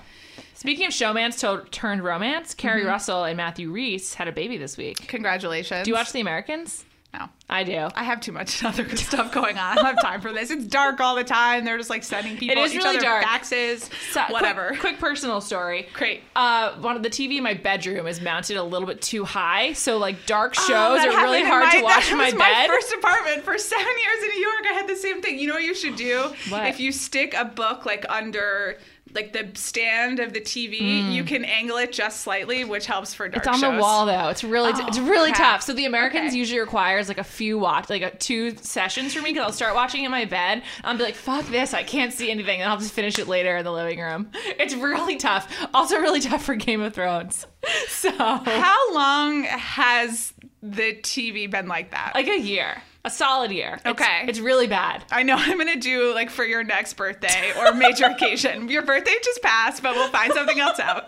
Speaker 2: Speaking of showmance to- turned romance,
Speaker 1: Mm-hmm.
Speaker 2: Carrie Russell and Matthew Reese had a baby this week.
Speaker 1: congratulations.
Speaker 2: Do you watch The Americans?
Speaker 1: No.
Speaker 2: I do.
Speaker 1: I have too much other stuff going on. I don't have time for this. It's dark all the time. They're just like sending people
Speaker 2: is
Speaker 1: each
Speaker 2: really
Speaker 1: other
Speaker 2: dark.
Speaker 1: faxes,
Speaker 2: So- quick-
Speaker 1: whatever.
Speaker 2: Quick, personal story.
Speaker 1: Great.
Speaker 2: Uh, one of the TV in my bedroom is mounted a little bit too high, so like dark shows
Speaker 1: Oh, that
Speaker 2: are
Speaker 1: happened
Speaker 2: really
Speaker 1: in
Speaker 2: hard
Speaker 1: my-
Speaker 2: to watch
Speaker 1: that
Speaker 2: in my
Speaker 1: was
Speaker 2: bed.
Speaker 1: first apartment for seven years in New York. I had the same thing. You know what you should do?
Speaker 2: What?
Speaker 1: If you stick a book like under like the stand of the TV, you can angle it just slightly, which helps for dark
Speaker 2: Mm. it's on the
Speaker 1: shows.
Speaker 2: wall though. It's really it's really
Speaker 1: crap.
Speaker 2: tough. So the
Speaker 1: Oh,
Speaker 2: Americans
Speaker 1: Okay.
Speaker 2: usually requires like a few watch like a, two sessions for me because I'll start watching in my bed. and I'll be like, "Fuck this! I can't see anything." And I'll just finish it later in the living room. It's really tough. Also, really tough for Game of Thrones. So
Speaker 1: How long has the TV been like that?
Speaker 2: like a year, a solid year. It's-
Speaker 1: Okay.
Speaker 2: it's really bad.
Speaker 1: I know I'm gonna do like for your next birthday or major occasion. Your birthday just passed, but we'll find something else out.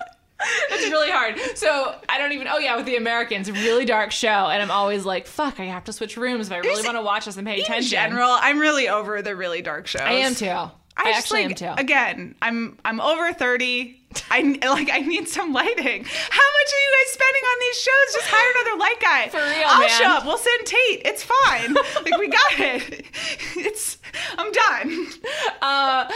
Speaker 2: It's really hard. So I don't even. Oh yeah, with the Americans, really dark show, and I'm always like, fuck, I have to switch rooms if I really
Speaker 1: Is-
Speaker 2: want to watch this and pay attention.
Speaker 1: In general, I'm really over the really dark shows.
Speaker 2: I am too. I,
Speaker 1: I, just,
Speaker 2: actually
Speaker 1: like,
Speaker 2: am too.
Speaker 1: Again, I'm I'm over thirty. I like I need some lighting. How much are you guys spending on these shows? Just hire another light guy.
Speaker 2: For real,
Speaker 1: I'll
Speaker 2: man.
Speaker 1: show up. We'll send Tate. It's fine. like we got it. It's I'm done.
Speaker 2: Uh,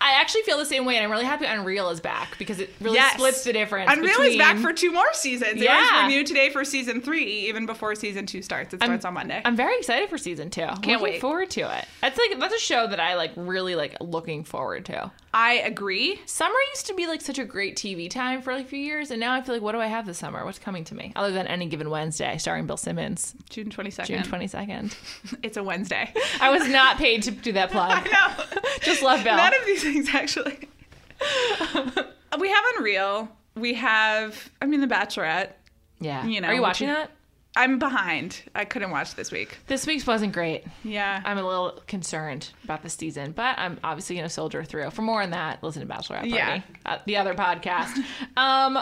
Speaker 2: I actually feel the same way, and I'm really happy Unreal is back because it really
Speaker 1: Yes.
Speaker 2: splits the difference.
Speaker 1: Unreal is back
Speaker 2: between-
Speaker 1: for two more seasons. They
Speaker 2: Yeah.
Speaker 1: always renewed today for season three, even before season two starts. It starts on Monday.
Speaker 2: I'm very excited for season two. Looking
Speaker 1: wait.
Speaker 2: forward to it. That's like that's a show that I like really like looking forward to.
Speaker 1: I agree.
Speaker 2: Summer used to be like such a great TV time for like a few years, and now I feel like, what do I have this summer? What's coming to me other than Any Given Wednesday, starring Bill Simmons,
Speaker 1: June twenty
Speaker 2: June
Speaker 1: second.
Speaker 2: twenty second.
Speaker 1: It's a Wednesday.
Speaker 2: I was not paid to do that plug.
Speaker 1: I know.
Speaker 2: Just love Bell.
Speaker 1: None of these things, actually. we have Unreal. We have, I mean, The Bachelorette.
Speaker 2: yeah.
Speaker 1: you know,
Speaker 2: Are you watching
Speaker 1: which-
Speaker 2: that?
Speaker 1: I'm behind. I couldn't watch this week.
Speaker 2: This week's wasn't great.
Speaker 1: Yeah.
Speaker 2: I'm a little concerned about this season, but I'm obviously going to soldier through. For more on that, listen to Bachelorette Party,
Speaker 1: Yeah.
Speaker 2: uh, the other podcast. um,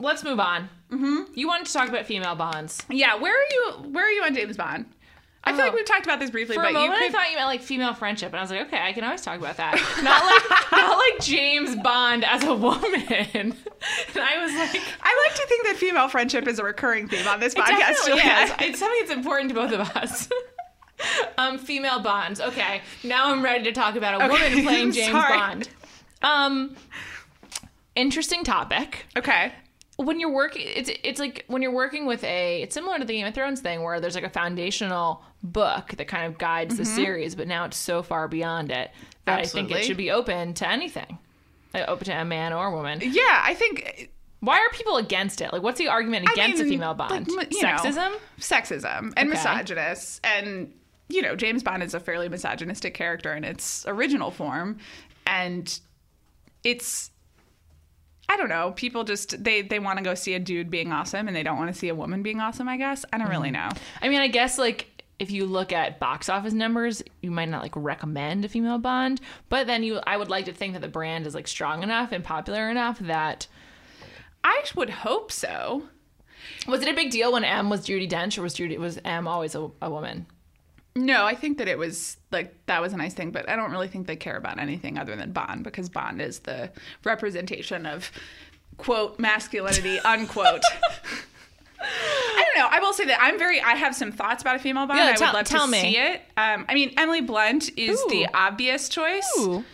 Speaker 2: let's move on. Mm-hmm. You wanted to talk about female bonds.
Speaker 1: yeah. Where are you? Where are you on James Bond? I feel
Speaker 2: Oh.
Speaker 1: like we've talked about this briefly,
Speaker 2: For
Speaker 1: but
Speaker 2: a moment,
Speaker 1: you
Speaker 2: I
Speaker 1: could.
Speaker 2: thought you meant like female friendship, and I was like, okay, I can always talk about that. Not like not like James Bond as a woman. and I was like,
Speaker 1: I like to think that female friendship is a recurring theme on this podcast.
Speaker 2: definitely
Speaker 1: Julia.
Speaker 2: is. It's something that's important to both of us. um, female bonds. Okay, now I'm ready to talk about a
Speaker 1: Okay,
Speaker 2: woman playing
Speaker 1: I'm
Speaker 2: James
Speaker 1: sorry.
Speaker 2: Bond. Um, interesting topic.
Speaker 1: Okay.
Speaker 2: When you're working, it's it's like when you're working with a. It's similar to the Game of Thrones thing, where there's like a foundational book that kind of guides the series, but now it's so far beyond it that I think
Speaker 1: Mm-hmm. Absolutely.
Speaker 2: it should be open to anything, like open to a man or a woman.
Speaker 1: Yeah, I think
Speaker 2: Why are people against it? Like, what's the argument against
Speaker 1: mean,
Speaker 2: a female
Speaker 1: like,
Speaker 2: bond?
Speaker 1: m- you know.
Speaker 2: Sexism.
Speaker 1: sexism and
Speaker 2: Okay.
Speaker 1: misogynist and you know james bond is a fairly misogynistic character in its original form and it's i don't know people just they they want to go see a dude being awesome and they don't want to see a woman being awesome i guess i don't really know
Speaker 2: I mean, I guess like if you look at box office numbers, you might not like recommend a female Bond, but then you, I would like to think that the brand is like strong enough and popular enough that
Speaker 1: i would hope so
Speaker 2: was it a big deal when M was Judy Dench or was Judy was M always a, a woman?
Speaker 1: no i think that it was like that was a nice thing but i don't really think they care about anything other than bond because bond is the representation of quote masculinity unquote I don't know. I will say that I'm very. I have some thoughts about a female bond.
Speaker 2: Yeah,
Speaker 1: I
Speaker 2: tell-
Speaker 1: would love
Speaker 2: tell
Speaker 1: to
Speaker 2: me.
Speaker 1: see it. Um, I mean, Emily Blunt is
Speaker 2: Ooh.
Speaker 1: the obvious choice.
Speaker 2: Ooh.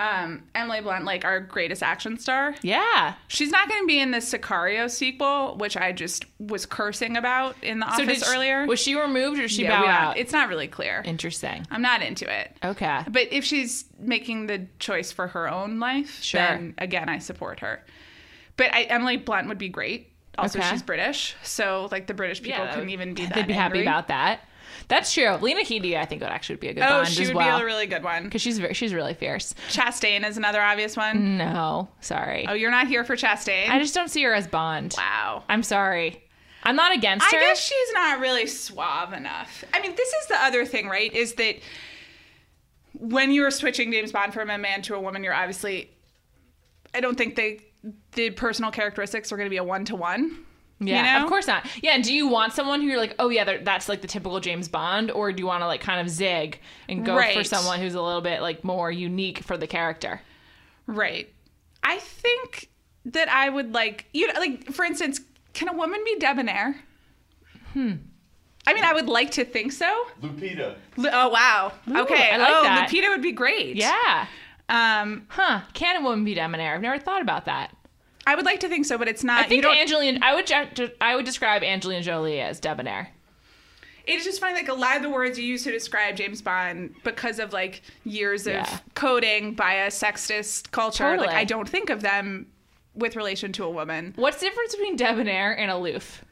Speaker 1: Um, Emily Blunt, like our greatest action star.
Speaker 2: Yeah.
Speaker 1: She's not going to be in the Sicario sequel, which I just was cursing about in the
Speaker 2: So
Speaker 1: office
Speaker 2: did she-
Speaker 1: earlier.
Speaker 2: was she removed or did she
Speaker 1: Yeah,
Speaker 2: bow
Speaker 1: we don't-
Speaker 2: out?
Speaker 1: It's not really clear.
Speaker 2: Interesting.
Speaker 1: I'm not into it.
Speaker 2: Okay.
Speaker 1: But if she's making the choice for her own life,
Speaker 2: Sure.
Speaker 1: then again, I support her. But I, Emily Blunt would be great. Also,
Speaker 2: Okay.
Speaker 1: she's British, so like the British people
Speaker 2: that
Speaker 1: couldn't
Speaker 2: would-
Speaker 1: even be that
Speaker 2: They'd be happy
Speaker 1: angry.
Speaker 2: about that. That's true. Lena Headey, I think, would actually be a good
Speaker 1: Oh,
Speaker 2: Bond
Speaker 1: she
Speaker 2: as
Speaker 1: would
Speaker 2: well.
Speaker 1: be a really good one.
Speaker 2: because she's very, she's really fierce.
Speaker 1: Chastain is another obvious one.
Speaker 2: No, sorry,
Speaker 1: Oh, you're not here for Chastain.
Speaker 2: Mm-hmm. I just don't see her as Bond.
Speaker 1: wow.
Speaker 2: I'm sorry. I'm not against
Speaker 1: I
Speaker 2: her.
Speaker 1: guess she's not really suave enough. I mean, this is the other thing, right? Is that when you're switching James Bond from a man to a woman, you're obviously. I don't think they the personal characteristics are going to be a one to one.
Speaker 2: yeah,
Speaker 1: know?
Speaker 2: of course not. Yeah, and do you want someone who you're like, oh yeah, they're- that's like the typical James Bond, or do you want to like kind of zig and go for
Speaker 1: Right.
Speaker 2: someone who's a little bit like more unique for the character?
Speaker 1: Right. I think that I would like you know, like for instance, can a woman be debonair? Hmm. I mean, I would like to think so.
Speaker 3: Lupita.
Speaker 1: Lu- Oh wow. okay.
Speaker 2: I like
Speaker 1: oh,
Speaker 2: that.
Speaker 1: Lupita would be great.
Speaker 2: Yeah,
Speaker 1: Um,
Speaker 2: huh? Can a woman be debonair? I've never thought about that.
Speaker 1: I would like to think so, but it's not.
Speaker 2: I think
Speaker 1: Uh, you don't,
Speaker 2: Angelina. I would ju- I would describe Angelina Jolie as debonair.
Speaker 1: it's just funny. Like a lot of the words you use to describe James Bond, because of like years
Speaker 2: Yeah.
Speaker 1: of coding by a sexist culture, like
Speaker 2: Totally.
Speaker 1: I don't think of them with relation to a woman.
Speaker 2: What's the difference between debonair and aloof?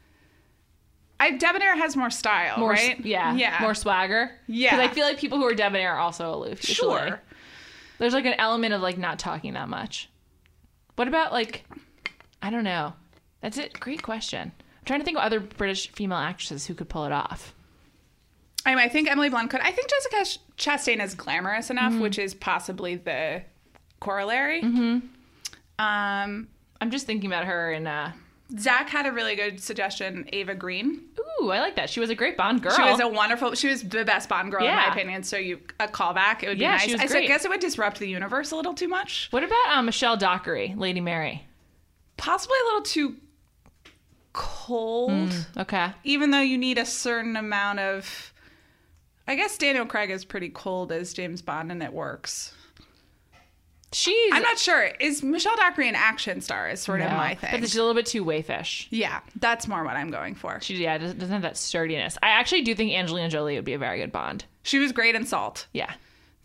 Speaker 1: I debonair has more style,
Speaker 2: More, s-
Speaker 1: right?
Speaker 2: Yeah,
Speaker 1: yeah,
Speaker 2: More swagger.
Speaker 1: Yeah.
Speaker 2: Because I feel like people who are debonair are also aloof. usually.
Speaker 1: sure.
Speaker 2: There's like an element of like not talking that much. What about like I don't know. That's a great question. I'm trying to think of other British female actresses who could pull it off.
Speaker 1: I mean, I think Emily Blunt could. I think Jessica Sh- Chastain is glamorous enough,
Speaker 2: Mm-hmm.
Speaker 1: which is possibly the corollary.
Speaker 2: Mm-hmm.
Speaker 1: Um,
Speaker 2: I'm just thinking about her and uh
Speaker 1: Zach had a really good suggestion, Ava Green.
Speaker 2: ooh, I like that. She was a great Bond girl.
Speaker 1: She was a wonderful. She was the best Bond girl in
Speaker 2: Yeah.
Speaker 1: my opinion. So you a callback, it would be
Speaker 2: Yeah,
Speaker 1: nice.
Speaker 2: she was
Speaker 1: I, so I
Speaker 2: great.
Speaker 1: guess it would disrupt the universe a little too much.
Speaker 2: what about um, Michelle Dockery, Lady Mary?
Speaker 1: Possibly a little too cold.
Speaker 2: Hmm. Okay.
Speaker 1: Even though you need a certain amount of, I guess Daniel Craig is pretty cold as James Bond, and it works.
Speaker 2: She's
Speaker 1: I'm not sure. Is Michelle Dockery an action star? Is sort of
Speaker 2: No,
Speaker 1: my
Speaker 2: But
Speaker 1: thing.
Speaker 2: she's a little bit too wayfish.
Speaker 1: yeah, that's more what I'm going for.
Speaker 2: She yeah, doesn't doesn't have that sturdiness. I actually do think Angelina Jolie would be a very good Bond.
Speaker 1: She was great in Salt.
Speaker 2: Yeah.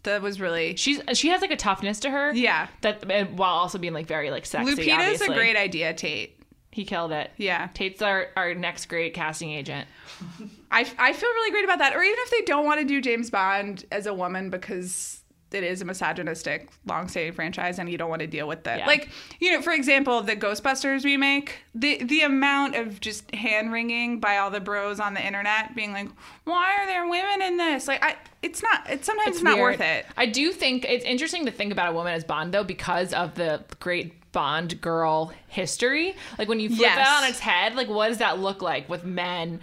Speaker 1: That was really.
Speaker 2: She's she has like a toughness to her.
Speaker 1: Yeah.
Speaker 2: That and while also being like very like sexy.
Speaker 1: Lupita is a
Speaker 2: obviously.
Speaker 1: great idea, Tate.
Speaker 2: He killed it.
Speaker 1: Yeah.
Speaker 2: Tate's our, our next great casting agent.
Speaker 1: I, I feel really great about that. Or even if they don't want to do James Bond as a woman because it is a misogynistic long-standing franchise and you don't want to deal with that.
Speaker 2: Yeah.
Speaker 1: Like, you know, for example, the Ghostbusters remake, the the amount of just hand-wringing by all the bros on the internet being like, "Why are there women in this?" Like I it's not it's sometimes it's not
Speaker 2: weird.
Speaker 1: worth it.
Speaker 2: I do think it's interesting to think about a woman as Bond though, because of the great Bond girl history. Like when you flip
Speaker 1: Yes.
Speaker 2: that on its head, like what does that look like with men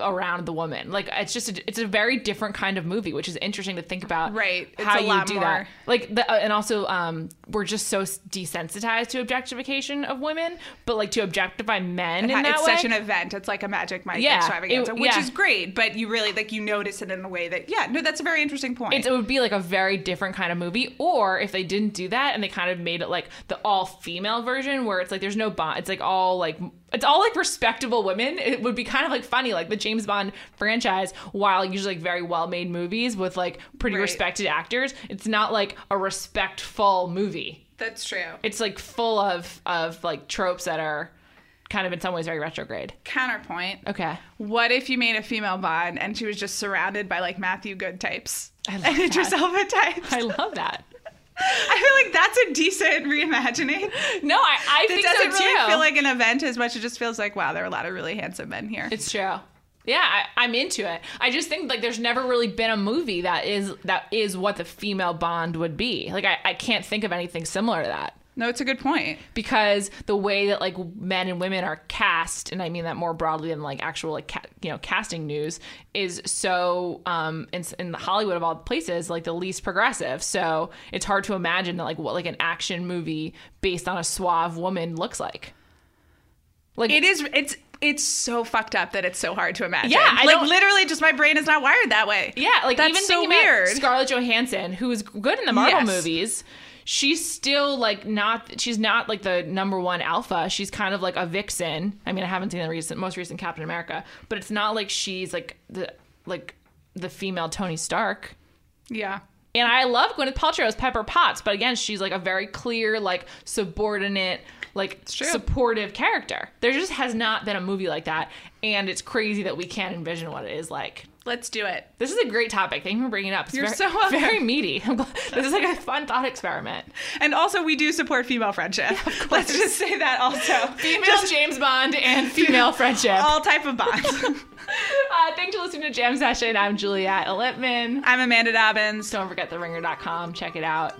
Speaker 2: around the woman? Like it's just a, it's a very different kind of movie, which is interesting to think about.
Speaker 1: Right. It's
Speaker 2: how
Speaker 1: a
Speaker 2: you
Speaker 1: lot
Speaker 2: do
Speaker 1: more-
Speaker 2: that. Like the uh, and also um we're just so s- desensitized to objectification of women, but like to objectify men in that
Speaker 1: it's
Speaker 2: way.
Speaker 1: such an event. It's like a Magic Mike
Speaker 2: Yeah,
Speaker 1: extravaganza,
Speaker 2: it-
Speaker 1: which
Speaker 2: yeah.
Speaker 1: is great, but you really like you notice it in a way that yeah, no, that's a very interesting point.
Speaker 2: it's, it would be like a very different kind of movie. Or if they didn't do that and they kind of made it like the all female version where it's like there's no bond, it's like all like it's all like respectable women. It would be kind of like funny, like the James Bond franchise, while usually like very well made movies with like pretty
Speaker 1: Right.
Speaker 2: respected actors, it's not like a respectful movie.
Speaker 1: that's true.
Speaker 2: It's like full of of like tropes that are kind of in some ways very retrograde.
Speaker 1: Counterpoint.
Speaker 2: Okay.
Speaker 1: What if you made a female Bond and she was just surrounded by like Matthew Good types
Speaker 2: I love
Speaker 1: and
Speaker 2: that.
Speaker 1: Idris Elba types?
Speaker 2: I
Speaker 1: I,
Speaker 2: love that.
Speaker 1: feel like that's a decent reimagining.
Speaker 2: No, I, I
Speaker 1: It
Speaker 2: think
Speaker 1: doesn't
Speaker 2: so too.
Speaker 1: really feel like an event as much. It just feels like wow, there are a lot of really handsome men here.
Speaker 2: It's true. Yeah, I, I'm into it. I just think like there's never really been a movie that is that is what the female bond would be. Like I, I can't think of anything similar to that
Speaker 1: no, it's a good point.
Speaker 2: because the way that like men and women are cast, and I mean that more broadly than like actual like ca- you know casting news is so um in, in the Hollywood of all places like the least progressive. So it's hard to imagine that like what like an action movie based on a suave woman looks like. Like
Speaker 1: It is. It's. It's so fucked up that it's so hard to imagine.
Speaker 2: Yeah, I
Speaker 1: like
Speaker 2: don't-
Speaker 1: literally, just my brain is not wired that way.
Speaker 2: Yeah, like
Speaker 1: That's
Speaker 2: even
Speaker 1: so
Speaker 2: thinking about
Speaker 1: weird.
Speaker 2: Scarlett Johansson, who is good in the Marvel
Speaker 1: Yes.
Speaker 2: movies, she's still like not. She's not like the number one alpha. She's kind of like a vixen. I mean, I haven't seen the recent, most recent Captain America, but it's not like she's like the like the female Tony Stark.
Speaker 1: Yeah.
Speaker 2: And I love Gwyneth Paltrow as Pepper Potts, but again, she's like a very clear, like subordinate, like
Speaker 1: true.
Speaker 2: supportive character. There just has not been a movie like that, and it's crazy that we can't envision what it is like
Speaker 1: Let's do it.
Speaker 2: this is a great topic. Thank you for bringing it up. It's
Speaker 1: You're
Speaker 2: very,
Speaker 1: so welcome.
Speaker 2: very meaty. this is like a fun thought experiment.
Speaker 1: And also, we do support female friendship. Let's just say that also.
Speaker 2: Female
Speaker 1: Just
Speaker 2: James Bond and female friendship.
Speaker 1: all type of bonds.
Speaker 2: Uh, thanks for listening to Jam Session. I'm Juliette Lippman.
Speaker 1: I'm Amanda Dobbins.
Speaker 2: Don't forget the ringer.com. Check it out.